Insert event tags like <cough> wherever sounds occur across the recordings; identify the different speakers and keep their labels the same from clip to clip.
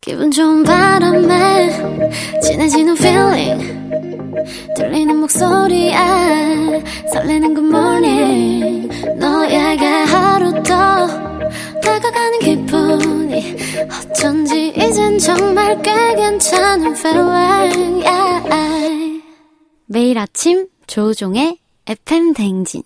Speaker 1: 기분 좋은 바람에 진해지는 feeling 들리는 목소리에 설레는 good morning 너에게 하루 더 다가가는 기분이 어쩐지 이젠 정말 꽤 괜찮은 feeling yeah. 매일 아침 조종의 FM 댕진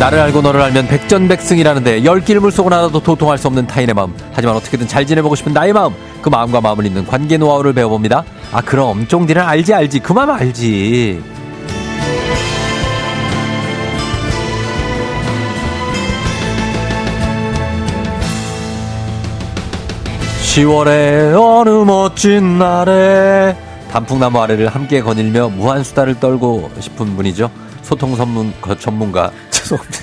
Speaker 2: 나를 알고 너를 알면 백전백승이라는데 열 길 물속은 하나도 도통할 수 없는 타인의 마음 하지만 어떻게든 잘 지내보고 싶은 나의 마음 그 마음과 마음을 잇는 관계 노하우를 배워봅니다 아 그럼 쫑디는 알지 알지 그 마음 알지 시월의 어느 멋진 날에 단풍나무 아래를 함께 거닐며 무한 수다를 떨고 싶은 분이죠. 소통 전문 거- 전문가 <laughs> 죄송합니다.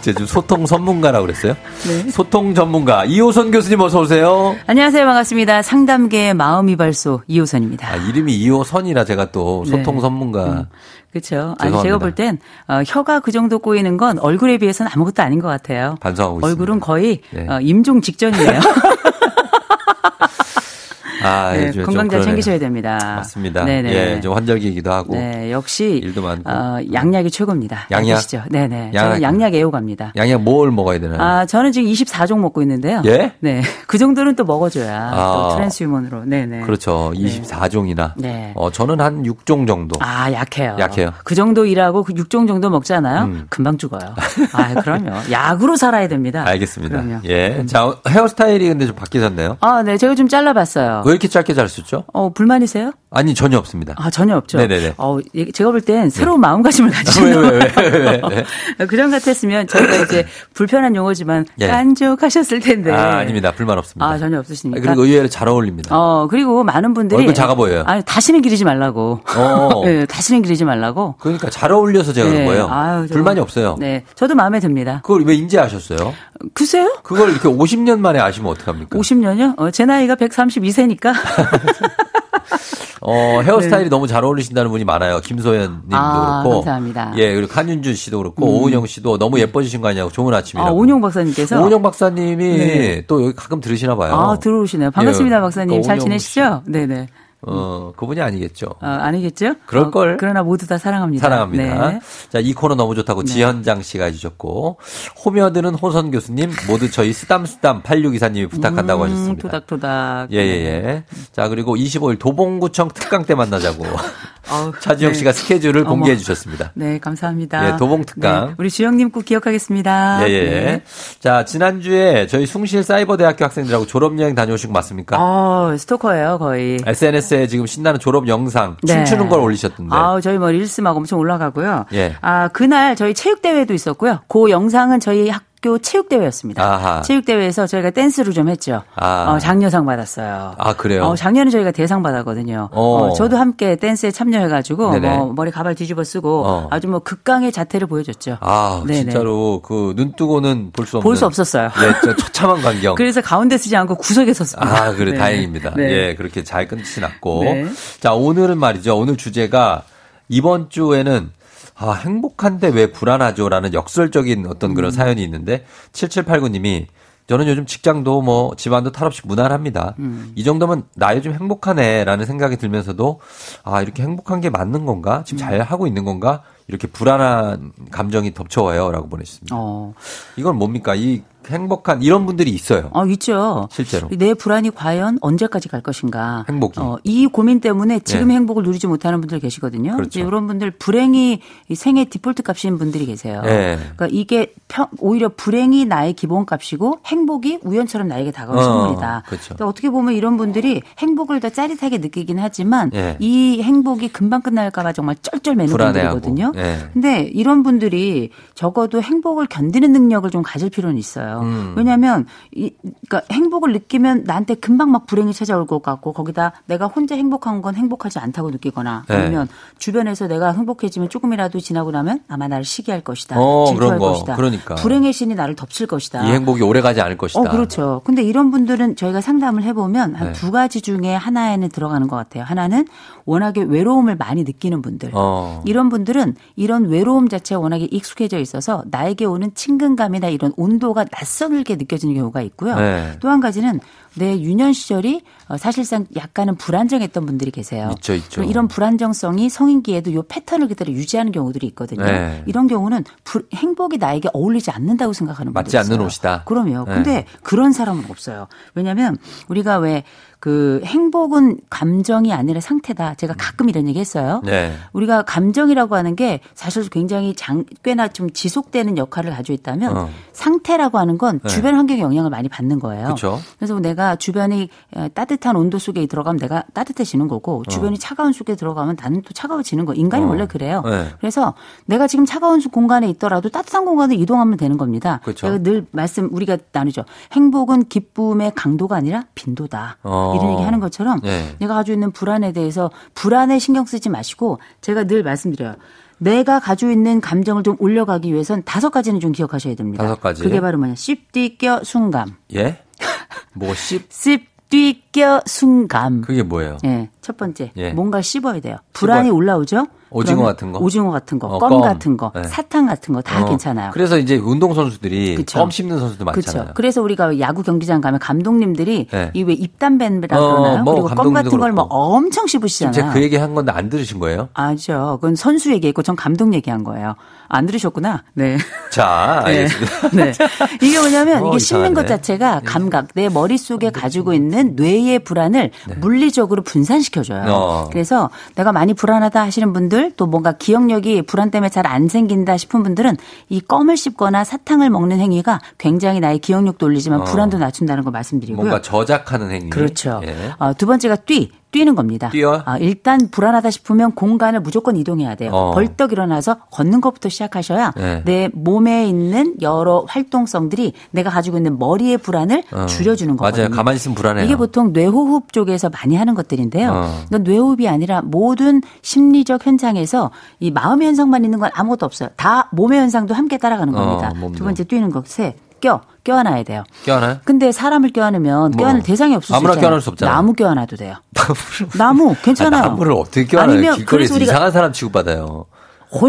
Speaker 2: 제주 소통 전문가라고 그랬어요.
Speaker 3: 네.
Speaker 2: 소통 전문가 이호선 교수님 어서 오세요.
Speaker 3: 안녕하세요. 반갑습니다. 상담계의 마음 이발소 이호선입니다.
Speaker 2: 아, 이름이 이호선이라 제가 또 소통
Speaker 3: 네.
Speaker 2: 전문가.
Speaker 3: 그렇죠. 아니
Speaker 2: 죄송합니다.
Speaker 3: 제가 볼 땐 혀가 그 정도 꼬이는 건 얼굴에 비해서는 아무것도 아닌 것 같아요.
Speaker 2: 반성하고 있습니다.
Speaker 3: 얼굴은 거의
Speaker 2: 네.
Speaker 3: 어, 임종 직전이에요.
Speaker 2: <laughs> 아,
Speaker 3: 네,
Speaker 2: 예, 좀
Speaker 3: 건강 잘
Speaker 2: 그러네요.
Speaker 3: 챙기셔야 됩니다.
Speaker 2: 맞습니다.
Speaker 3: 네네.
Speaker 2: 예, 좀 환절기이기도 하고.
Speaker 3: 네, 역시
Speaker 2: 일도 많고.
Speaker 3: 어, 양약이 최고입니다.
Speaker 2: 양약?
Speaker 3: 아시죠? 네, 네.
Speaker 2: 양약.
Speaker 3: 저는 양약 애호가입니다.
Speaker 2: 양양 뭘 먹어야 되나요?
Speaker 3: 아, 저는 지금 24종 먹고 있는데요.
Speaker 2: 예?
Speaker 3: 네. <laughs> 그 정도는 또 먹어줘야
Speaker 2: 아.
Speaker 3: 또 트랜스휴먼으로. 네, 네.
Speaker 2: 그렇죠. 24종이나.
Speaker 3: 네.
Speaker 2: 어, 저는 한 6종 정도.
Speaker 3: 아, 약해요.
Speaker 2: 약해요. 음.
Speaker 3: 그 정도 일하고 그 6종 정도 먹잖아요. 금방 죽어요. 아, 그럼요.
Speaker 2: <laughs>
Speaker 3: 약으로 살아야 됩니다.
Speaker 2: 알겠습니다.
Speaker 3: 그럼요. 음.
Speaker 2: 예. 자, 어, 헤어스타일이 근데 좀 바뀌셨네요.
Speaker 3: 아, 네. 제가 좀 잘라봤어요.
Speaker 2: 왜 이렇게 짧게 잘 수 있죠?
Speaker 3: 어, 불만이세요?
Speaker 2: 아니, 전혀 없습니다.
Speaker 3: 아, 전혀 없죠.
Speaker 2: 네네네. 네.
Speaker 3: 어, 예, 제가 볼 땐 새로운 마음가짐을
Speaker 2: 왜,
Speaker 3: 가지는
Speaker 2: 왜,
Speaker 3: 거예요.
Speaker 2: 왜, 왜, 왜.
Speaker 3: <laughs> 그전 같았으면 저희가
Speaker 2: <laughs>
Speaker 3: 이제 불편한 용어지만
Speaker 2: 예.
Speaker 3: 깐족하셨을 텐데.
Speaker 2: 아, 아닙니다. 불만 없습니다.
Speaker 3: 네. 아, 전혀
Speaker 2: 아,
Speaker 3: 없으십니까?
Speaker 2: 그리고 의외로 잘 어울립니다.
Speaker 3: 어, 그리고 많은 분들이
Speaker 2: 얼굴 작아 보여요.
Speaker 3: 아니, 다시는 기르지 말라고.
Speaker 2: 어.
Speaker 3: <laughs> 네, 다시는 기르지 말라고.
Speaker 2: 그러니까 잘 어울려서 제가 그런
Speaker 3: 네.
Speaker 2: 거예요.
Speaker 3: 아유, 저도-
Speaker 2: 불만이 없어요.
Speaker 3: 네. 저도 마음에 듭니다.
Speaker 2: 그걸 왜 인지하셨어요?
Speaker 3: 글쎄요?
Speaker 2: 그걸 이렇게 50년 만에 아시면 어떡합니까?
Speaker 3: 50년이요? 제
Speaker 2: <laughs>
Speaker 3: 나이가 132세니까.
Speaker 2: 어, 헤어스타일이 너무 잘 어울리신다는 분이 많아요. 김소연 님도
Speaker 3: 네. 아,
Speaker 2: 그렇고.
Speaker 3: 감사합니다. 음. 네.
Speaker 2: 예, 그리고 한윤준 씨도 그렇고, 오은영 씨도 너무 예뻐지신 거 아니냐고 좋은 아침이라고.
Speaker 3: 아, 오은영 박사님께서. 네.
Speaker 2: 오은영 박사님이 또 여기 가끔 들으시나 봐요.
Speaker 3: 아, 들어오시네요. 반갑습니다,
Speaker 2: 예,
Speaker 3: 박사님.
Speaker 2: 그러니까
Speaker 3: 잘
Speaker 2: 오은영
Speaker 3: 지내시죠? 음. 네네.
Speaker 2: 어, 그분이 아니겠죠.
Speaker 3: 어, 아니겠죠?
Speaker 2: 그럴걸.
Speaker 3: 어, 그러나 모두 다 사랑합니다.
Speaker 2: 사랑합니다.
Speaker 3: 네.
Speaker 2: 자, 이 코너 너무 좋다고 지현장 씨가 해주셨고, 호며드는 호선 교수님, 모두 저희 쓰담쓰담 8624님이 부탁한다고
Speaker 3: 음, 네.
Speaker 2: 하셨습니다.
Speaker 3: 토닥토닥.
Speaker 2: 예, 예, 예. 자, 그리고 25일 도봉구청 특강 때
Speaker 3: <laughs>
Speaker 2: 만나자고.
Speaker 3: 아우,
Speaker 2: 차지영
Speaker 3: 네.
Speaker 2: 씨가 스케줄을
Speaker 3: 어머.
Speaker 2: 공개해 주셨습니다.
Speaker 3: 네, 감사합니다.
Speaker 2: 예, 도봉 특강.
Speaker 3: 네, 우리 주영님 꼭 기억하겠습니다.
Speaker 2: 예, 예.
Speaker 3: 네.
Speaker 2: 자, 지난주에 저희 숭실 사이버대학교 학생들하고 졸업여행 다녀오신 거 맞습니까?
Speaker 3: 아, 스토커예요, 거의.
Speaker 2: 네. SNS에 지금 신나는 졸업 영상,
Speaker 3: 네.
Speaker 2: 춤추는 걸 올리셨던데.
Speaker 3: 아우, 저희 뭐 릴스 막 엄청 올라가고요.
Speaker 2: 예.
Speaker 3: 아, 그날 저희 체육대회도 있었고요. 그 영상은 저희 학교 체육대회였습니다.
Speaker 2: 아하.
Speaker 3: 체육대회에서 저희가 댄스를 좀 했죠.
Speaker 2: 아.
Speaker 3: 어, 장려상 받았어요.
Speaker 2: 아, 그래요?
Speaker 3: 어, 작년에 저희가 대상 받았거든요.
Speaker 2: 어.
Speaker 3: 어, 저도 함께 댄스에 참여해가지고
Speaker 2: 네네.
Speaker 3: 뭐 머리 가발 뒤집어 쓰고
Speaker 2: 어.
Speaker 3: 아주 뭐 극강의 자태를 보여줬죠.
Speaker 2: 아,
Speaker 3: 네네.
Speaker 2: 진짜로 그 눈 뜨고는 볼 수 없는.
Speaker 3: 볼 수 없었어요.
Speaker 2: 예, 저
Speaker 3: <laughs>
Speaker 2: 처참한 광경.
Speaker 3: 그래서 가운데 쓰지 않고 구석에 섰습니다.
Speaker 2: 아, 그래
Speaker 3: 네.
Speaker 2: 다행입니다.
Speaker 3: 네.
Speaker 2: 예, 그렇게 잘 끝이 났고.
Speaker 3: 네.
Speaker 2: 자, 오늘은 말이죠. 오늘 주제가 이번 주에는 아, 행복한데 왜 불안하죠라는 역설적인 어떤
Speaker 3: 음.
Speaker 2: 그런 사연이 있는데 7789님이 저는 요즘 직장도 뭐 집안도 탈 없이 무난합니다.
Speaker 3: 음.
Speaker 2: 이 정도면 나 요즘 행복하네라는 생각이 들면서도 아 이렇게 행복한 게 맞는 건가? 지금
Speaker 3: 음.
Speaker 2: 잘 하고 있는 건가? 이렇게 불안한 감정이 덮쳐와요라고 보내셨습니다.
Speaker 3: 어,
Speaker 2: 이건 뭡니까? 이 행복한 이런 분들이 있어요.
Speaker 3: 어, 있죠.
Speaker 2: 실제로.
Speaker 3: 내 불안이 과연 언제까지 갈 것인가.
Speaker 2: 행복이.
Speaker 3: 어, 이 고민 때문에 지금
Speaker 2: 네.
Speaker 3: 행복을 누리지 못하는 분들 계시거든요.
Speaker 2: 그렇죠.
Speaker 3: 이제 이런 분들 불행이 이 생애 디폴트 값인 분들이 계세요.
Speaker 2: 네.
Speaker 3: 그러니까 이게 평- 오히려 불행이 나의 기본값이고 행복이 우연처럼 나에게 다가온
Speaker 2: 어,
Speaker 3: 선물이다.
Speaker 2: 그렇죠.
Speaker 3: 근데 어떻게 보면 이런 분들이 행복을 더 짜릿하게 느끼긴 하지만
Speaker 2: 예.
Speaker 3: 이 행복이 금방 끝날까봐 정말 쩔쩔매는
Speaker 2: 불안해하고.
Speaker 3: 분들이거든요.
Speaker 2: 네.
Speaker 3: 근데 이런 분들이 적어도 행복을 견디는 능력을 좀 가질 필요는 있어요.
Speaker 2: 음.
Speaker 3: 왜냐하면 이 그러니까 행복을 느끼면 나한테 금방 막 불행이 찾아올 것 같고 거기다 내가 혼자 행복한 건 행복하지 않다고 느끼거나
Speaker 2: 네.
Speaker 3: 아니면 주변에서 내가 행복해지면 조금이라도 지나고 나면 아마 나를 시기할 것이다,
Speaker 2: 어,
Speaker 3: 질투할
Speaker 2: 그런 거.
Speaker 3: 것이다,
Speaker 2: 그러니까.
Speaker 3: 불행의 신이 나를 덮칠 것이다.
Speaker 2: 이 행복이 오래 가지 않을 것이다.
Speaker 3: 아. 어, 그렇죠. 근데 이런 분들은 저희가 상담을 해보면 한
Speaker 2: 네.
Speaker 3: 두 가지 중에 하나에는 들어가는 것 같아요. 하나는 워낙에 외로움을 많이 느끼는 분들.
Speaker 2: 어.
Speaker 3: 이런 분들은 이런 외로움 자체에 워낙에 익숙해져 있어서 나에게 오는 친근감이나 이런 온도가 낯설게 느껴지는 경우가 있고요.
Speaker 2: 네.
Speaker 3: 또 한 가지는 내 유년 시절이 어, 사실상 약간은 불안정했던 분들이 계세요.
Speaker 2: 있죠, 있죠.
Speaker 3: 그럼 이런 불안정성이 성인기에도 요 패턴을 그대로 유지하는 경우들이 있거든요.
Speaker 2: 네.
Speaker 3: 이런 경우는 불- 행복이 나에게 어울리지 않는다고 생각하는
Speaker 2: 맞지
Speaker 3: 분들이
Speaker 2: 않는
Speaker 3: 있어요.
Speaker 2: 옷이다.
Speaker 3: 그럼요.
Speaker 2: 네.
Speaker 3: 근데 그런 사람은 없어요. 왜냐하면 우리가 왜 그 행복은 감정이 아니라 상태다. 제가 가끔 이런 얘기 했어요.
Speaker 2: 네.
Speaker 3: 우리가 감정이라고 하는 게 사실 굉장히 장, 꽤나 좀 지속되는 역할을 가지고 있다면
Speaker 2: 어.
Speaker 3: 상태라고 하는 건
Speaker 2: 네.
Speaker 3: 주변 환경의 영향을 많이 받는 거예요.
Speaker 2: 그쵸.
Speaker 3: 래서 내가 주변이 에, 따뜻한 온도 속에 들어가면 내가 따뜻해지는 거고 주변이 차가운 속에 들어가면 나는 또 차가워지는 거. 인간이
Speaker 2: 어.
Speaker 3: 원래 그래요.
Speaker 2: 네.
Speaker 3: 그래서 내가 지금 차가운 공간에 있더라도 따뜻한 공간으로 이동하면 되는 겁니다.
Speaker 2: 그쵸.
Speaker 3: 제가 늘 말씀 우리가 나누죠. 행복은 기쁨의 강도가 아니라 빈도다.
Speaker 2: 어.
Speaker 3: 이런 얘기 하는 것처럼
Speaker 2: 네.
Speaker 3: 내가 가지고 있는 불안에 대해서 불안에 신경 쓰지 마시고 제가 늘 말씀드려요. 내가 가지고 있는 감정을 좀 올려가기 위해선 다섯 가지는 좀 기억하셔야 됩니다.
Speaker 2: 다섯 가지.
Speaker 3: 그게 바로 뭐냐. 씹뛰껴 순감.
Speaker 2: 예? 뭐 씹?
Speaker 3: 씹뛰껴 순감.
Speaker 2: 그게 뭐예요?
Speaker 3: 예. 첫 번째.
Speaker 2: 예.
Speaker 3: 뭔가 씹어야 돼요. 불안이
Speaker 2: 씹어야-
Speaker 3: 올라오죠?
Speaker 2: 오징어
Speaker 3: 그러면
Speaker 2: 같은 거?
Speaker 3: 오징어 같은 거,
Speaker 2: 어,
Speaker 3: 껌,
Speaker 2: 껌.
Speaker 3: 같은 거,
Speaker 2: 네.
Speaker 3: 사탕 같은 거 다
Speaker 2: 어,
Speaker 3: 예, 괜찮아요.
Speaker 2: 그래서 이제 운동선수들이
Speaker 3: 그쵸.
Speaker 2: 껌 씹는 선수도 많잖아요.
Speaker 3: 그렇죠. 그래서 우리가 야구 경기장 가면 감독님들이
Speaker 2: 네.
Speaker 3: 이 왜 입담배라
Speaker 2: 어,
Speaker 3: 그러나요?
Speaker 2: 뭐
Speaker 3: 그리고 껌
Speaker 2: 감독님도
Speaker 3: 같은 걸 뭐
Speaker 2: 그렇고.
Speaker 3: 엄청
Speaker 2: 지금 제가
Speaker 3: 씹으시잖아요.
Speaker 2: 그 얘기 한 건데 안 들으신 거예요?
Speaker 3: 아죠. 그건 선수 얘기했고 전 감독 얘기한 거예요. 안 들으셨구나. 네.
Speaker 2: 자,
Speaker 3: <laughs>
Speaker 2: 알겠습니다. 예.
Speaker 3: 네. 이게 뭐냐면
Speaker 2: 어,
Speaker 3: 이게 씹는
Speaker 2: 이상하네.
Speaker 3: 것 자체가 감각, 내
Speaker 2: 아,
Speaker 3: 머릿속에
Speaker 2: 네.
Speaker 3: 가지고 있는 뇌의 불안을 물리적으로 분산시켜줘요.
Speaker 2: 어.
Speaker 3: 그래서 내가 많이 불안하다 하시는 분들 또 뭔가 기억력이 불안 때문에 잘 안 생긴다 싶은 분들은 이 껌을 씹거나 사탕을 먹는 행위가 굉장히 나의 기억력도 올리지만
Speaker 2: 어.
Speaker 3: 불안도 낮춘다는 거 말씀드리고요.
Speaker 2: 뭔가 저작하는 행위.
Speaker 3: 그렇죠.
Speaker 2: 예.
Speaker 3: 어, 두 번째가 뛰. 뛰는 겁니다.
Speaker 2: 뛰어?
Speaker 3: 아, 일단 불안하다 싶으면 공간을 무조건 이동해야 돼요.
Speaker 2: 어.
Speaker 3: 벌떡 일어나서 걷는 것부터 시작하셔야
Speaker 2: 네.
Speaker 3: 내 몸에 있는 여러 활동성들이 내가 가지고 있는 머리의 불안을
Speaker 2: 어.
Speaker 3: 아, 줄여주는 거거든요.
Speaker 2: 맞아요. 가만히 있으면 불안해요.
Speaker 3: 이게 뭐 보통 뇌호흡 쪽에서 많이 하는 것들인데요.
Speaker 2: 어.
Speaker 3: 그러니까 뇌호흡이 아니라 모든 심리적 현상에서 이 마음의 현상만 있는 건 아무것도 없어요. 다 몸의 현상도 함께 따라가는
Speaker 2: 어,
Speaker 3: 겁니다.
Speaker 2: 몸도.
Speaker 3: 두 번째 뛰는 것, 세 껴, 껴안아야 돼요.
Speaker 2: 껴안아요?
Speaker 3: 근데 사람을 껴안으면
Speaker 2: 뭐.
Speaker 3: 껴안을 대상이 없을 수
Speaker 2: 아무나
Speaker 3: 있잖아요.
Speaker 2: 껴안을 수 없잖아요.
Speaker 3: 나무 껴안아도 돼요. 나무 <laughs> 괜찮아요.
Speaker 2: 아, 나무를 어떻게 껴안아요?
Speaker 3: 아니면
Speaker 2: 길거리에서
Speaker 3: 그래서 우리가
Speaker 2: 이상한 사람 취급받아요.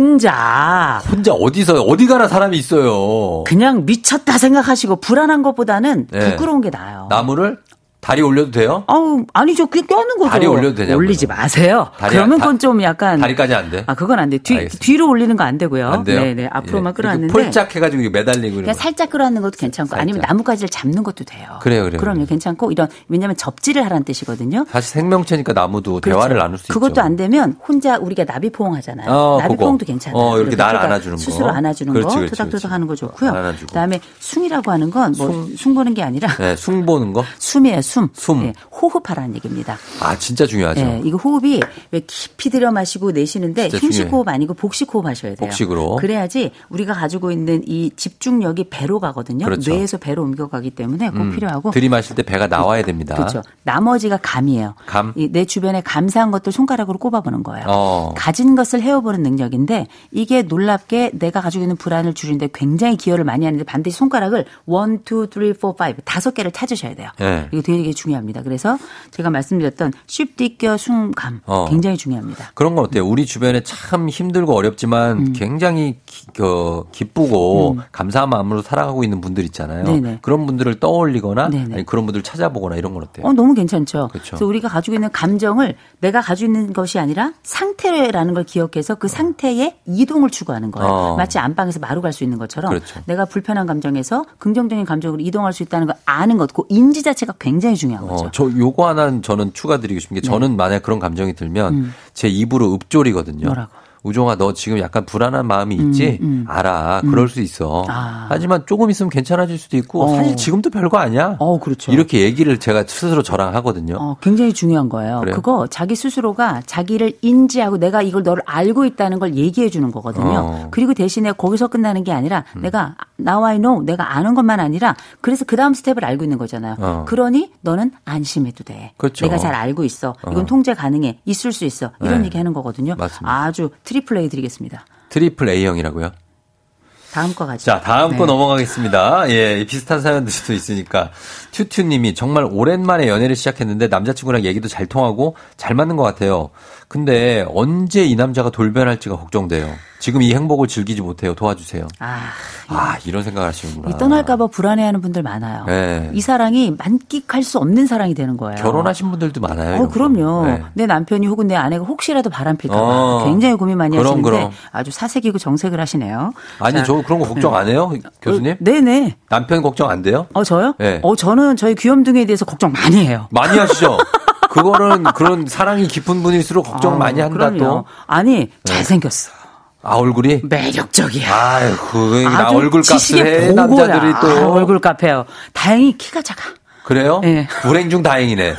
Speaker 3: 혼자
Speaker 2: 혼자 어디서 어디 가나 사람이 있어요.
Speaker 3: 그냥 미쳤다 생각하시고 불안한 것보다는
Speaker 2: 네.
Speaker 3: 부끄러운 게 나아요.
Speaker 2: 나무를 다리 올려도 돼요?
Speaker 3: 아우 아니죠. 그게 껴안는 거죠.
Speaker 2: 다리 올려도 되냐고요.
Speaker 3: 올리지 마세요.
Speaker 2: 다리
Speaker 3: 그러면
Speaker 2: 안-
Speaker 3: 그건 좀 약간
Speaker 2: 다리까지 안 돼.
Speaker 3: 아 그건 안 돼. 뒤
Speaker 2: 알겠습니다.
Speaker 3: 뒤로 올리는 거 안 되고요.
Speaker 2: 안 돼요.
Speaker 3: 네네 앞으로만
Speaker 2: 예.
Speaker 3: 끌어안는데
Speaker 2: 이렇게 폴짝 해가지고 이렇게 매달리고 이런
Speaker 3: 그냥
Speaker 2: 거.
Speaker 3: 살짝 끌어안는 것도 괜찮고 아니면
Speaker 2: 살짝.
Speaker 3: 나뭇가지를 잡는 것도 돼요.
Speaker 2: 그래요, 그래요,
Speaker 3: 그럼요,
Speaker 2: 그래요.
Speaker 3: 괜찮고 이런 왜냐하면 접지를 하라는 뜻이거든요.
Speaker 2: 사실 생명체니까 나무도
Speaker 3: 그렇죠.
Speaker 2: 대화를 나눌 수
Speaker 3: 그것도
Speaker 2: 있죠.
Speaker 3: 안 되면 혼자 우리가 나비포옹 하잖아요.
Speaker 2: 어,
Speaker 3: 나비포옹도
Speaker 2: 그거.
Speaker 3: 괜찮아요.
Speaker 2: 어, 이렇게 날
Speaker 3: 서로가
Speaker 2: 안아주는 거.
Speaker 3: 스스로 안아주는
Speaker 2: 그렇지,
Speaker 3: 거,
Speaker 2: 그렇지,
Speaker 3: 토닥토닥
Speaker 2: 그렇지.
Speaker 3: 하는 거 좋고요.
Speaker 2: 안아주고.
Speaker 3: 그다음에 숭이라고 하는 건 뭐 숭 보는 게 아니라
Speaker 2: 네, 숨 보는 거?
Speaker 3: <laughs> 숨이에요, 숨.
Speaker 2: 숨.
Speaker 3: 예, 호흡하라는 얘기입니다.
Speaker 2: 아, 진짜 중요하죠.
Speaker 3: 예, 이거 호흡이 왜 깊이 들여 마시고 내쉬는데
Speaker 2: 진짜
Speaker 3: 힘식
Speaker 2: 중요해요.
Speaker 3: 호흡 아니고 복식 호흡 하셔야 돼요.
Speaker 2: 복식으로.
Speaker 3: 그래야지 우리가 가지고 있는 이 집중력이 배로 가거든요.
Speaker 2: 그렇죠. 음,
Speaker 3: 뇌에서 배로 옮겨가기 때문에 꼭 필요하고
Speaker 2: 들이마실 때 배가 나와야 됩니다.
Speaker 3: 그렇죠. 나머지가 감이에요.
Speaker 2: 감?
Speaker 3: 이 내 주변에 감사한 것들 손가락으로 꼽아보는 거예요.
Speaker 2: 어.
Speaker 3: 가진 것을 헤어보는 능력인데 이게 놀랍게 내가 가지고 있는 불안을 줄이는데 굉장히 기여를 많이 하는데 반드시 손가락을 1, 2, 3, 4, 5 다섯 개를 찾으셔야 돼요.
Speaker 2: 예.
Speaker 3: 이게 되게 중요합니다. 그래서 제가 말씀드렸던 쉽디껴 순감
Speaker 2: 어.
Speaker 3: 굉장히 중요합니다.
Speaker 2: 그런 건 어때요? 우리 주변에 참 힘들고 어렵지만
Speaker 3: 음.
Speaker 2: 굉장히 기, 그, 기쁘고 감사한 마음으로 살아가고 있는 분들 있잖아요.
Speaker 3: 네네.
Speaker 2: 그런 분들을 떠올리거나
Speaker 3: 네네.
Speaker 2: 아니, 그런 분들을 찾아보거나 이런 건 어때요?
Speaker 3: 어, 너무 괜찮죠.
Speaker 2: 그렇죠.
Speaker 3: 래서 우리가 가지고 있는 감정을 내가 가지고 있는 것이 아니라 상태라는 걸 기억해서 그 상태의 이동을 추구하는 거예요.
Speaker 2: 어.
Speaker 3: 마치 안방에서 마루 갈 수 있는 것처럼
Speaker 2: 그렇죠.
Speaker 3: 내가 불편한 감정에서 긍정적인 감정으로 이동할 수 있다는 걸 아는 것, 그 인지 자체가 굉장히 중요한 거죠. 네.
Speaker 2: 어, 저 요거 하나 는 저는 추가드리고 싶은 게 저는 만약 그런 감정이 들면 제 입으로 읍조리거든요.
Speaker 3: 음. 뭐라고?
Speaker 2: 우종아 너 지금 약간 불안한 마음이 있지? 알아. 그럴 수 있어.
Speaker 3: 음. 아.
Speaker 2: 하지만 조금 있으면 괜찮아질 수도 있고
Speaker 3: 어.
Speaker 2: 사실 지금도 별거 아니야.
Speaker 3: 어, 그렇죠.
Speaker 2: 이렇게 얘기를 제가 스스로 저랑 하거든요.
Speaker 3: 어, 굉장히 중요한 거예요.
Speaker 2: 그래요?
Speaker 3: 그거 자기 스스로가 자기를 인지하고 내가 이걸 너를 알고 있다는 걸 얘기해 주는 거거든요.
Speaker 2: 어. 음.
Speaker 3: 그리고 대신에 거기서 끝나는 게 아니라 내가 now I know 내가 아는 것만 아니라 그래서 그 다음 스텝을 알고 있는 거잖아요.
Speaker 2: 어.
Speaker 3: 그러니 너는 안심해도 돼.
Speaker 2: 그렇죠.
Speaker 3: 내가 잘 알고 있어. 이건 통제 가능해. 있을 수 있어. 이런
Speaker 2: 네.
Speaker 3: 얘기 하는 거거든요.
Speaker 2: 맞습니다.
Speaker 3: 아주 트리플 A 드리겠습니다.
Speaker 2: 트리플 A형이라고요.
Speaker 3: 다음 거 가죠.
Speaker 2: 자, 다음
Speaker 3: 네.
Speaker 2: 거 넘어가겠습니다. 예, 이 비슷한 사연들도 있으니까. 튜튜님이 정말 오랜만에 연애를 시작했는데 남자친구랑 얘기도 잘 통하고 잘 맞는 것 같아요. 근데 언제 이 남자가 돌변할지가 걱정돼요. 지금 이 행복을 즐기지 못해요. 도와주세요.
Speaker 3: 아,
Speaker 2: 아, 이런
Speaker 3: 이
Speaker 2: 생각하시는구나.
Speaker 3: 떠날까봐 불안해하는 분들 많아요.
Speaker 2: 네.
Speaker 3: 이 사랑이 만끽할 수 없는 사랑이 되는 거예요.
Speaker 2: 결혼하신 분들도 많아요.
Speaker 3: 어,
Speaker 2: 이런 거.
Speaker 3: 그럼요.
Speaker 2: 네.
Speaker 3: 내 남편이 혹은 내 아내가 혹시라도 바람필까봐
Speaker 2: 어.
Speaker 3: 굉장히 고민 많이
Speaker 2: 그럼,
Speaker 3: 하시는데
Speaker 2: 그럼.
Speaker 3: 아주 사색이고 정색을 하시네요.
Speaker 2: 아니,
Speaker 3: 자,
Speaker 2: 저 그런 거 걱정 안 해요? 교수님?
Speaker 3: 어, 네네.
Speaker 2: 남편 걱정 안 돼요?
Speaker 3: 어, 저요?
Speaker 2: 네.
Speaker 3: 어, 저는 저희 귀염둥이에 대해서 걱정 많이 해요.
Speaker 2: 많이 하시죠? 그거는 그런 사랑이 깊은 분일수록 걱정
Speaker 3: 아,
Speaker 2: 많이 네. 한다
Speaker 3: 그럼요.
Speaker 2: 또.
Speaker 3: 아니, 잘생겼어.
Speaker 2: 아, 얼굴이?
Speaker 3: 매력적이야.
Speaker 2: 아유, 그, 나
Speaker 3: 아주
Speaker 2: 얼굴 값을
Speaker 3: 지식의
Speaker 2: 해,
Speaker 3: 보고야.
Speaker 2: 남자들이 또.
Speaker 3: 아, 얼굴 카페요. 다행히 키가 작아.
Speaker 2: 그래요?
Speaker 3: 예.
Speaker 2: 불행 중 다행이네.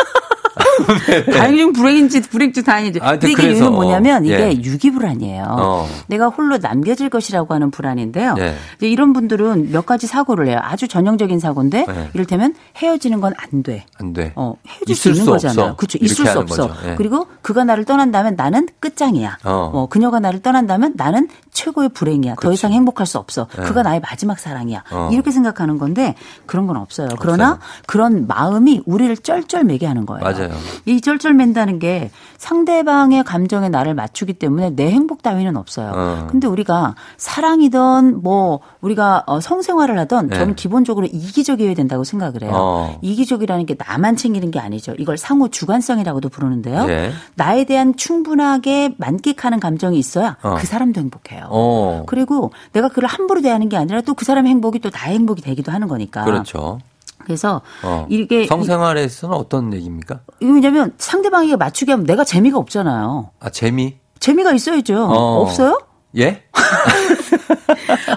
Speaker 3: 다행 중 불행인지 불행지 다행인지.
Speaker 2: 네. 아무튼
Speaker 3: 근데 이게
Speaker 2: 그래서,
Speaker 3: 이유는 뭐냐면 이게
Speaker 2: 예.
Speaker 3: 유기불안이에요.
Speaker 2: 어.
Speaker 3: 내가 홀로 남겨질 것이라고 하는 불안인데요.
Speaker 2: 예.
Speaker 3: 이제 이런 분들은 몇 가지 사고를 해요. 아주 전형적인 사고인데
Speaker 2: 예.
Speaker 3: 이를테면 헤어지는 건 안 돼.
Speaker 2: 안 돼.
Speaker 3: 어, 헤어질 수
Speaker 2: 있을
Speaker 3: 있는
Speaker 2: 수
Speaker 3: 거잖아요.
Speaker 2: 없어.
Speaker 3: 그렇죠.
Speaker 2: 이렇게
Speaker 3: 있을 수
Speaker 2: 하는
Speaker 3: 없어.
Speaker 2: 거죠. 예.
Speaker 3: 그리고 그가 나를 떠난다면 나는 끝장이야.
Speaker 2: 어.
Speaker 3: 어, 그녀가 나를 떠난다면 나는 최고의 불행이야. 더 이상 행복할 수 없어. 그가 나의 마지막 사랑이야.
Speaker 2: 예. 어.
Speaker 3: 이렇게 생각하는 건데 그런 건 없어요. 그러나 그런 마음이 우리를 쩔쩔매게 하는 거예요.
Speaker 2: 맞아요.
Speaker 3: 이 쩔쩔맨다는 게 상대방의 감정에 나를 맞추기 때문에 내 행복 따위는 없어요.
Speaker 2: 어.
Speaker 3: 근데 우리가 사랑이든 뭐 우리가 어, 성생활을 하든
Speaker 2: 네.
Speaker 3: 저는 기본적으로 이기적이어야 된다고 생각을 해요.
Speaker 2: 어.
Speaker 3: 이기적이라는 게 나만 챙기는 게 아니죠. 이걸 상호 주관성이라고도 부르는데요.
Speaker 2: 예.
Speaker 3: 나에 대한 충분하게 만끽하는 감정이 있어야
Speaker 2: 어.
Speaker 3: 그 사람도 행복해요.
Speaker 2: 어.
Speaker 3: 그리고 내가 그를 함부로 대하는 게 아니라 또 그 사람의 행복이 또 나의 행복이 되기도 하는 거니까.
Speaker 2: 그렇죠.
Speaker 3: 그래서
Speaker 2: 어.
Speaker 3: 그러니까 이게
Speaker 2: 성생활에서는 어떤 얘기입니까?
Speaker 3: 이- 왜냐면 상대방에게 맞추게 하면 내가 재미가 없잖아요.
Speaker 2: 아, 재미?
Speaker 3: 재미가 있어야죠.
Speaker 2: 어.
Speaker 3: 없어요?
Speaker 2: 예?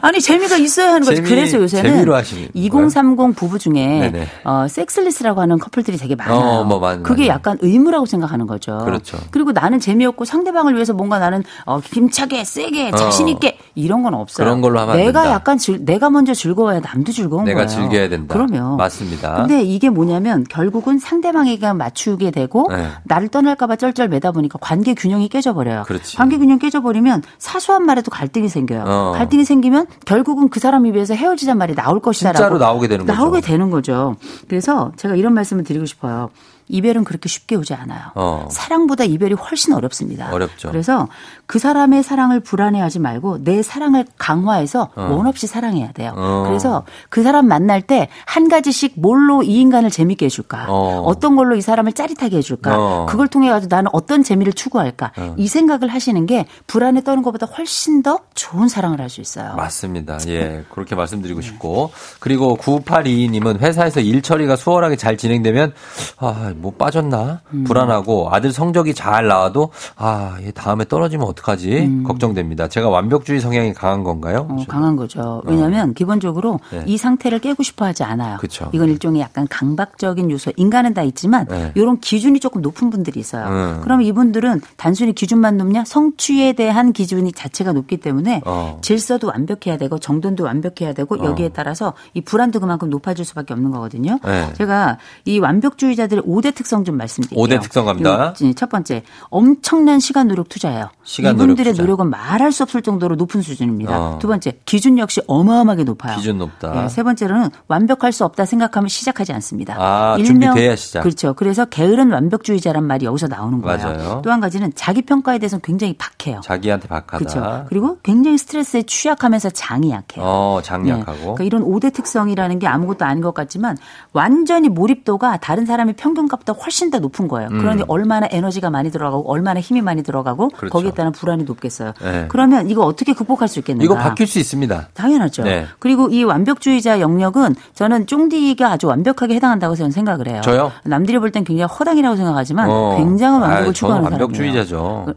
Speaker 3: 아니 재미가 있어야 하는 거지.
Speaker 2: 재미-
Speaker 3: 그래서 요새는
Speaker 2: 재미로 하시는
Speaker 3: 2030 부부 중에
Speaker 2: 네네.
Speaker 3: 어, 섹슬리스라고 하는 커플들이 되게 많아요.
Speaker 2: 어, 뭐 많-
Speaker 3: 그게
Speaker 2: 많아요.
Speaker 3: 약간 의무라고 생각하는 거죠.
Speaker 2: 그렇죠.
Speaker 3: 리고 나는 재미없고 상대방을 위해서 뭔가 나는 어, 힘차게 세게
Speaker 2: 어.
Speaker 3: 자신 있게 이런 건 없어요.
Speaker 2: 그런 걸로 하면 안
Speaker 3: 내가
Speaker 2: 된다.
Speaker 3: 약간 즐, 내가 먼저 즐거워야 남도 즐거운
Speaker 2: 내가
Speaker 3: 거예요.
Speaker 2: 즐겨야 된다.
Speaker 3: 그러면
Speaker 2: 맞습니다.
Speaker 3: 근데 이게 뭐냐면 결국은 상대방에게 맞추게 되고
Speaker 2: 네.
Speaker 3: 나를 떠날까봐 쩔쩔매다 보니까 관계 균형이 깨져버려요.
Speaker 2: 그렇지.
Speaker 3: 관계 균형 깨져버리면 사소한 말에도 갈등이 생겨요.
Speaker 2: 어.
Speaker 3: 갈등이 생기면 결국은 그 사람이 위해서 헤어지자는 말이 나올 것이다라고
Speaker 2: 진짜로 나오게 되는 거죠.
Speaker 3: 나오게 되는 거죠. 그래서 제가 이런 말씀을 드리고 싶어요. 이별은 그렇게 쉽게 오지 않아요.
Speaker 2: 어.
Speaker 3: 사랑보다 이별이 훨씬 어렵습니다.
Speaker 2: 어렵죠.
Speaker 3: 그래서 그 사람의 사랑을 불안해하지 말고 내 사랑을 강화해서 원 없이 사랑해야 돼요.
Speaker 2: 어.
Speaker 3: 그래서 그 사람 만날 때 한 가지씩 뭘로 이 인간을 재밌게 해줄까,
Speaker 2: 어.
Speaker 3: 어. 떤 걸로 이 사람을 짜릿하게 해줄까,
Speaker 2: 어.
Speaker 3: 그걸 통해 가지고 나는 어떤 재미를 추구할까 이 생각을 하시는 게 불안에 떠는 것보다 훨씬 더 좋은 사랑을 할 수 있어요.
Speaker 2: 맞습니다. 예, 그렇게
Speaker 3: 네.
Speaker 2: 말씀드리고 싶고. 그리고 9822님은 회사에서 일 처리가 수월하게 잘 진행되면, 아, 뭐 빠졌나?
Speaker 3: 음.
Speaker 2: 불안하고 아들 성적이 잘 나와도, 아, 얘 다음에 떨어지면 어떡하지? 걱정됩니다. 제가 완벽주의 성향이 강한 건가요?
Speaker 3: 어, 강한 거죠. 왜냐하면 기본적으로
Speaker 2: 그렇죠. 네.
Speaker 3: 이 상태를 깨고 싶어 하지 않아요.
Speaker 2: 그쵸.
Speaker 3: 이건 일종의 약간 강박적인 요소. 인간은 다 있지만
Speaker 2: 네.
Speaker 3: 이런 기준이 조금 높은 분들이 있어요.
Speaker 2: 음.
Speaker 3: 그럼 이분들은 단순히 기준만 높냐? 성취에 대한 기준이 자체가 높기 때문에
Speaker 2: 어.
Speaker 3: 질서도 완벽해야 되고 정돈도 완벽해야 되고 여기에 따라서 이 불안도 그만큼 높아질 수밖에 없는 거거든요.
Speaker 2: 네.
Speaker 3: 제가 이 완벽주의자들의 5대 특성 좀 말씀드릴게요.
Speaker 2: 오 대 특성 갑니다.
Speaker 3: 이 첫 번째, 엄청난 시간 노력 투자예요.
Speaker 2: 시간 노력
Speaker 3: 이분들의
Speaker 2: 투자.
Speaker 3: 노력은 말할 수 없을 정도로 높은 수준입니다.
Speaker 2: 어.
Speaker 3: 두 번째, 기준 역시 어마어마하게 높아요.
Speaker 2: 기준 높다.
Speaker 3: 예, 세 번째로는 완벽할 수 없다 생각하면 시작하지 않습니다.
Speaker 2: 아, 준비돼야 시작.
Speaker 3: 그렇죠. 그래서 게으른 완벽주의자란 말이 여기서 나오는 거예요.
Speaker 2: 맞아요.
Speaker 3: 또 한 가지는 자기 평가에 대해서는 굉장히 박해요.
Speaker 2: 자기한테
Speaker 3: 그렇죠.
Speaker 2: 박하다.
Speaker 3: 그리고 굉장히 스트레스에 취약하면서 장이 약해요.
Speaker 2: 어,
Speaker 3: 네.
Speaker 2: 장약하고.
Speaker 3: 그러니까 이런 5대 특성이라는 게 아무것도 아닌 것 같지만 완전히 몰입도가 다른 사람의 평균값보다 훨씬 더 높은 거예요. 그러니 얼마나 에너지가 많이 들어가고 얼마나 힘이 많이 들어가고
Speaker 2: 음. 그렇죠.
Speaker 3: 거기에 따른 불안이 높겠어요.
Speaker 2: 네.
Speaker 3: 그러면 이거 어떻게 극복할 수그 있겠는가?
Speaker 2: 이거 바뀔 수 있습니다.
Speaker 3: 당연하죠.
Speaker 2: 네.
Speaker 3: 그리고 이 완벽주의자 영역은 저는 쫑디가 아주 완벽하게 해당한다고 저는 생각을 해요.
Speaker 2: 저요?
Speaker 3: 남들이 볼 땐 아, 굉장히 허당이라고 생각하지만
Speaker 2: 어.
Speaker 3: 굉장한 완벽을
Speaker 2: 아이,
Speaker 3: 추구하는 그
Speaker 2: 저는
Speaker 3: 사람이에요.
Speaker 2: 완벽주의자죠.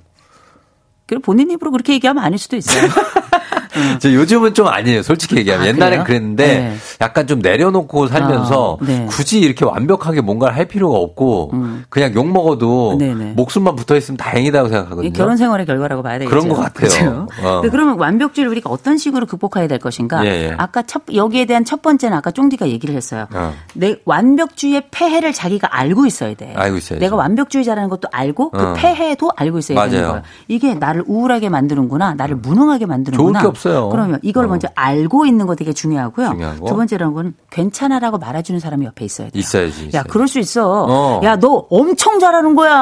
Speaker 3: 그리고 본인 입으로 그렇게 얘기하면 아닐 수도
Speaker 2: 네.
Speaker 3: 있어요.
Speaker 2: 저 요즘은 좀 아니에요. 솔직히 얘기하면
Speaker 3: 음. 아,
Speaker 2: 옛날엔
Speaker 3: 그래요?
Speaker 2: 그랬는데
Speaker 3: 네.
Speaker 2: 약간 좀 내려놓고 살면서
Speaker 3: 아, 네. 음.
Speaker 2: 굳이 이렇게 완벽하게 뭔가를 할 필요가 없고 그냥 욕 먹어도
Speaker 3: 네네.
Speaker 2: 목숨만 붙어 있으면 다행이다고
Speaker 3: 이
Speaker 2: 생각하거든요.
Speaker 3: 예, 결혼 생활의 결과라고 봐야 되겠죠.
Speaker 2: 그런 것 같아요.
Speaker 3: 그렇죠?
Speaker 2: 어.
Speaker 3: 근데 그러면 완벽주의를 우리가 어떤 식으로 극복해야 될 것인가?
Speaker 2: 예, 예.
Speaker 3: 아까 첫, 여기에 대한 첫 번째는 아까 쫑디가 얘기를 했어요.
Speaker 2: 어.
Speaker 3: 내 완벽주의의 폐해를 자기가 알고 있어야 돼.
Speaker 2: 알고 있어야죠.
Speaker 3: 내가 완벽주의자라는 것도 알고 그
Speaker 2: 어.
Speaker 3: 폐해도 알고 있어야 되는
Speaker 2: 맞아요. 음.
Speaker 3: 거예요. 이게 나를 우울하게 만드는구나, 나를 무능하게 만드는구나.
Speaker 2: 좋을 게 없어요.
Speaker 3: 그러면 이걸
Speaker 2: 어.
Speaker 3: 먼저 알고 있는 거 되게 중요하고요.
Speaker 2: 중요하고.
Speaker 3: 두 번째라는 건 괜찮아라고 말해주는 사람이 옆에 있어야 돼요.
Speaker 2: 있어야지,
Speaker 3: 야,
Speaker 2: 있어야지.
Speaker 3: 그럴 수 있어.
Speaker 2: 어.
Speaker 3: 야, 너 엄청 잘하는 거야.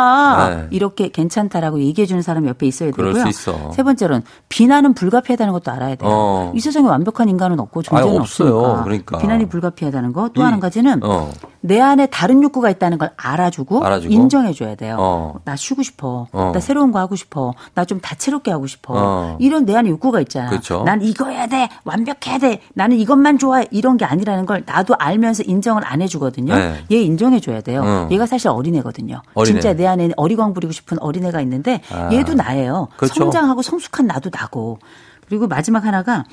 Speaker 2: 네.
Speaker 3: 이렇게 괜찮다라고 얘기해주는 사람 옆에 있어야
Speaker 2: 그럴
Speaker 3: 되고요.
Speaker 2: 수 있어.
Speaker 3: 세 번째로는 비난은 불가피하다는 것도 알아야 돼요.
Speaker 2: 어.
Speaker 3: 이 세상에 완벽한 인간은 없고 존재는
Speaker 2: 아유, 없어요.
Speaker 3: 없으니까.
Speaker 2: 그러니까.
Speaker 3: 비난이 불가피하다는 거. 또
Speaker 2: 이-
Speaker 3: 하나 가지는
Speaker 2: 어.
Speaker 3: 내 안에 다른 욕구가 있다는 걸 알아주고,
Speaker 2: 알아주고.
Speaker 3: 인정해줘야 돼요.
Speaker 2: 어.
Speaker 3: 나 쉬고 싶어.
Speaker 2: 어.
Speaker 3: 나 새로운 거 하고 싶어. 나 좀 다채롭게 하고
Speaker 2: 어.
Speaker 3: 싶어.
Speaker 2: 그렇죠.
Speaker 3: 이런 내 안에 욕구가 있잖아.
Speaker 2: 그쵸.
Speaker 3: 난 이거 해야 돼. 완벽해야 돼. 나는 이것만 좋아해. 이런 게 아니라는 걸 나도 알면서 인정을 안 해주거든요.
Speaker 2: 네.
Speaker 3: 얘 인정해줘야 돼요.
Speaker 2: 어.
Speaker 3: 얘가 사실 어린애거든요.
Speaker 2: 어린애. 아.
Speaker 3: 진짜 내 안에 어리광 부리고 싶은 어린애가 있는데 얘도 나예요.
Speaker 2: 그렇죠.
Speaker 3: 성장하고 성숙한 나도 나고. 그리고 마지막 하나가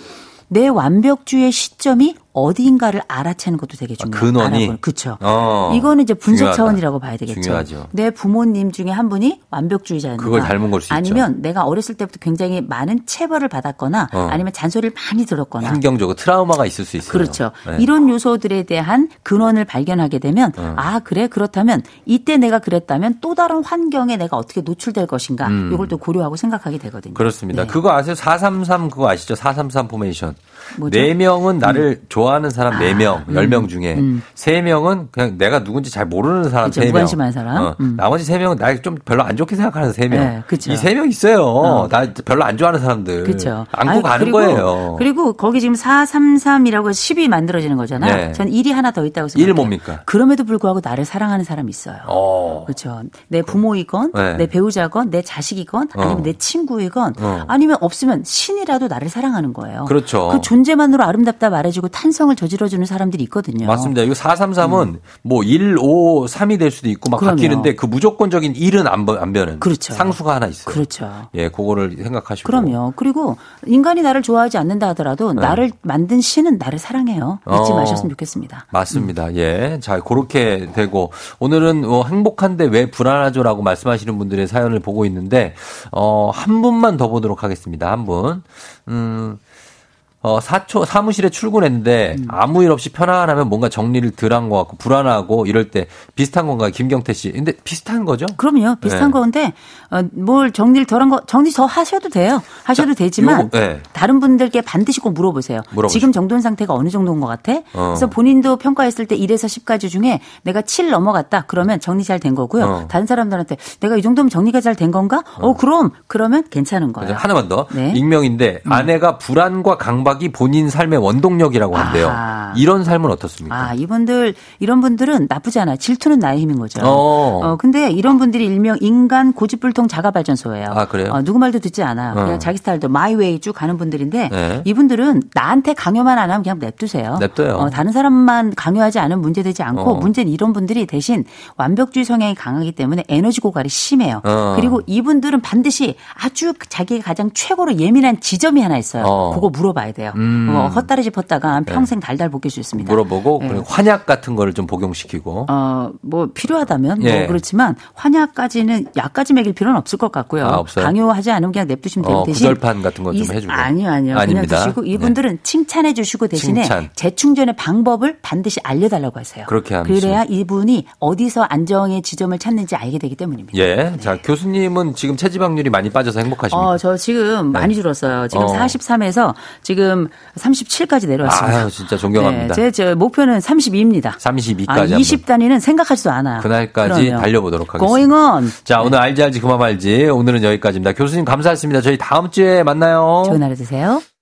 Speaker 3: 내 완벽주의 시점이 어디인가를 알아채는 것도 되게 중요해요.
Speaker 2: 근원이?
Speaker 3: 그렇죠.
Speaker 2: 어.
Speaker 3: 이거는 이제 분석
Speaker 2: 중요하다.
Speaker 3: 차원이라고 봐야 되겠죠.
Speaker 2: 중요하죠.
Speaker 3: 내 부모님 중에 한 분이 완벽주의자였나.
Speaker 2: 그걸 닮은 걸수 있죠.
Speaker 3: 아니면 내가 어렸을 때부터 굉장히 많은 체벌을 받았거나
Speaker 2: 어.
Speaker 3: 아니면 잔소리를 많이 들었거나
Speaker 2: 환경적으로 트라우마가 있을 수 있어요.
Speaker 3: 그렇죠.
Speaker 2: 네.
Speaker 3: 이런 요소들에 대한 근원을 발견하게 되면
Speaker 2: 어.
Speaker 3: 아 그래 그렇다면 이때 내가 그랬다면 또 다른 환경에 내가 어떻게 노출될 것인가 이걸 또 고려하고 생각하게 되거든요.
Speaker 2: 음. 그렇습니다.
Speaker 3: 네.
Speaker 2: 그거 아세요? 433 그거 아시죠? 433 포메이션.
Speaker 3: 뭐죠? 음.
Speaker 2: 네 명은 나를 좋아하는 사람 네 명, 열 명 중에 세 명은 그냥 내가 누군지 잘 모르는 사람
Speaker 3: 그쵸,
Speaker 2: 세 명.
Speaker 3: 무관심한 사람. 음.
Speaker 2: 어, 나머지 세 명은 나 좀 별로 안 좋게 생각하는 세 명.
Speaker 3: 네, 그쵸.
Speaker 2: 이 세 명 있어요. 나 별로 안 좋아하는 사람들.
Speaker 3: 그렇죠.
Speaker 2: 안고
Speaker 3: 아니,
Speaker 2: 가는
Speaker 3: 그리고-
Speaker 2: 거예요.
Speaker 3: 그리고 거기 지금 433이라고 10이 만들어지는 거잖아요.
Speaker 2: 네.
Speaker 3: 전 1이 하나 더 있다고
Speaker 2: 일
Speaker 3: 생각해요.
Speaker 2: 뭡니까?
Speaker 3: 그럼에도 불구하고 나를 사랑하는 사람이 있어요.
Speaker 2: 어.
Speaker 3: 그렇죠. 내 부모이건,
Speaker 2: 네.
Speaker 3: 내 배우자건, 내 자식이건, 아니면
Speaker 2: 어.
Speaker 3: 내 친구이건,
Speaker 2: 어.
Speaker 3: 아니면 없으면 신이라도 나를 사랑하는 거예요.
Speaker 2: 그렇죠.
Speaker 3: 그 존재만으로 아름답다 말해주고 탄성을 저질러주는 사람들이 있거든요.
Speaker 2: 맞습니다. 이거 433은 뭐 1, 5, 3이 될 수도 있고 막
Speaker 3: 음. 그럼요.
Speaker 2: 바뀌는데 그 무조건적인 1은 안, 버- 안 변은
Speaker 3: 그렇죠.
Speaker 2: 상수가 하나 있어요.
Speaker 3: 그렇죠.
Speaker 2: 예, 그거를 생각하시고.
Speaker 3: 그럼요. 그리고 인간이 나를 좋아하지 않는다 하더라도 나를 만든 신은 나를 사랑해요. 잊지
Speaker 2: 네. 어.
Speaker 3: 마셨으면 좋겠습니다.
Speaker 2: 맞습니다. 예. 자, 그렇게 되고 오늘은 어, 행복한데 왜 불안하죠라고 말씀하시는 분들의 사연을 보고 있는데 어, 한 분만 더 보도록 하겠습니다. 한 분. 음. 어, 사초, 사무실에 출근했는데 아무 일 없이 편안하면 뭔가 정리를 덜 한 것 같고 불안하고 이럴 때 비슷한 건가요? 김경태 씨. 근데 비슷한 거죠?
Speaker 3: 그럼요. 비슷한
Speaker 2: 네.
Speaker 3: 건데 어, 뭘 정리를 덜한 거 정리 더 하셔도 돼요. 하셔도 되지만
Speaker 2: 요거, 네.
Speaker 3: 다른 분들께 반드시 꼭 물어보세요.
Speaker 2: 물어보죠.
Speaker 3: 지금 정돈 상태가 어느 정도인 것 같아?
Speaker 2: 어.
Speaker 3: 그래서 본인도 평가했을 때 1에서 10까지 중에 내가 7 넘어갔다. 그러면 정리 잘 된 거고요.
Speaker 2: 어.
Speaker 3: 다른 사람들한테 내가 이 정도면 정리가 잘 된 건가? 어, 그럼 그러면 괜찮은 거예요.
Speaker 2: 하나만 더.
Speaker 3: 네.
Speaker 2: 익명인데 아내가 불안과 강박이 본인 삶의 원동력이라고 한대요.
Speaker 3: 아하.
Speaker 2: 이런 삶은 어떻습니까?
Speaker 3: 아, 이분들, 이런 분들은 나쁘지 않아요. 질투는 나의 힘인 거죠.
Speaker 2: 어.
Speaker 3: 어, 근데 이런 분들이 일명 인간 고집불통 자가발전소예요.
Speaker 2: 아, 그래요?
Speaker 3: 어, 누구 말도 듣지 않아요.
Speaker 2: 어.
Speaker 3: 그냥 자기 스타일도 마이웨이 쭉 가는 분들인데
Speaker 2: 네.
Speaker 3: 이분들은 나한테 강요만 안 하면 그냥 냅두세요.
Speaker 2: 냅둬요.
Speaker 3: 어, 다른 사람만 강요하지 않으면 문제되지 않고
Speaker 2: 어.
Speaker 3: 문제는 이런 분들이 대신 완벽주의 성향이 강하기 때문에 에너지 고갈이 심해요.
Speaker 2: 어.
Speaker 3: 그리고 이분들은 반드시 아주 자기가 가장 최고로 예민한 지점이 하나 있어요.
Speaker 2: 어. 음. 네.
Speaker 3: 그거 물어봐야 돼요. 그거 헛다리 짚었다가 평생 달달 볶일 수 있습니다.
Speaker 2: 물어보고
Speaker 3: 예.
Speaker 2: 그리고 환약 같은 거를 좀 복용시키고
Speaker 3: 어, 뭐 필요하다면
Speaker 2: 예.
Speaker 3: 뭐 그렇지만 환약까지는 약까지 먹일 필요는 없을 것 같고요.
Speaker 2: 아, 없어요?
Speaker 3: 강요하지 않으면 그냥 냅두시면 되는
Speaker 2: 어,
Speaker 3: 대신
Speaker 2: 구절판 같은 건좀
Speaker 3: 이-
Speaker 2: 해주고.
Speaker 3: 아니요, 아니요.
Speaker 2: 아닙니다. 네.
Speaker 3: 그냥 드시고 이분들은 칭찬해 주시고 대신에
Speaker 2: 칭찬.
Speaker 3: 재충전의 방법을 반드시 알려달라고 하세요.
Speaker 2: 그렇게 하면
Speaker 3: 그래야 이분이 어디서 안정의 지점을 찾는지 알게 되기 때문입니다.
Speaker 2: 예. 자, 교수님은 지금 체지방률이 많이 빠져서 행복하십니까?
Speaker 3: 어, 저 지금 많이 줄었어요. 지금
Speaker 2: 어.
Speaker 3: 43에서 지금 37까지 내려왔습니다.
Speaker 2: 아유, 진짜 존경합니다.
Speaker 3: 네, 제, 제 목표는 32입니다.
Speaker 2: 32
Speaker 3: 아,
Speaker 2: 까지
Speaker 3: 20 단위는 생각하지도 않아요.
Speaker 2: 그날까지 달려보도록 하겠습니다.
Speaker 3: Going on.
Speaker 2: 자, 오늘 알지 알지 그만 말지. 오늘은 여기까지입니다. 교수님 감사했습니다. 저희 다음 주에 만나요.
Speaker 3: 좋은 하루 되세요.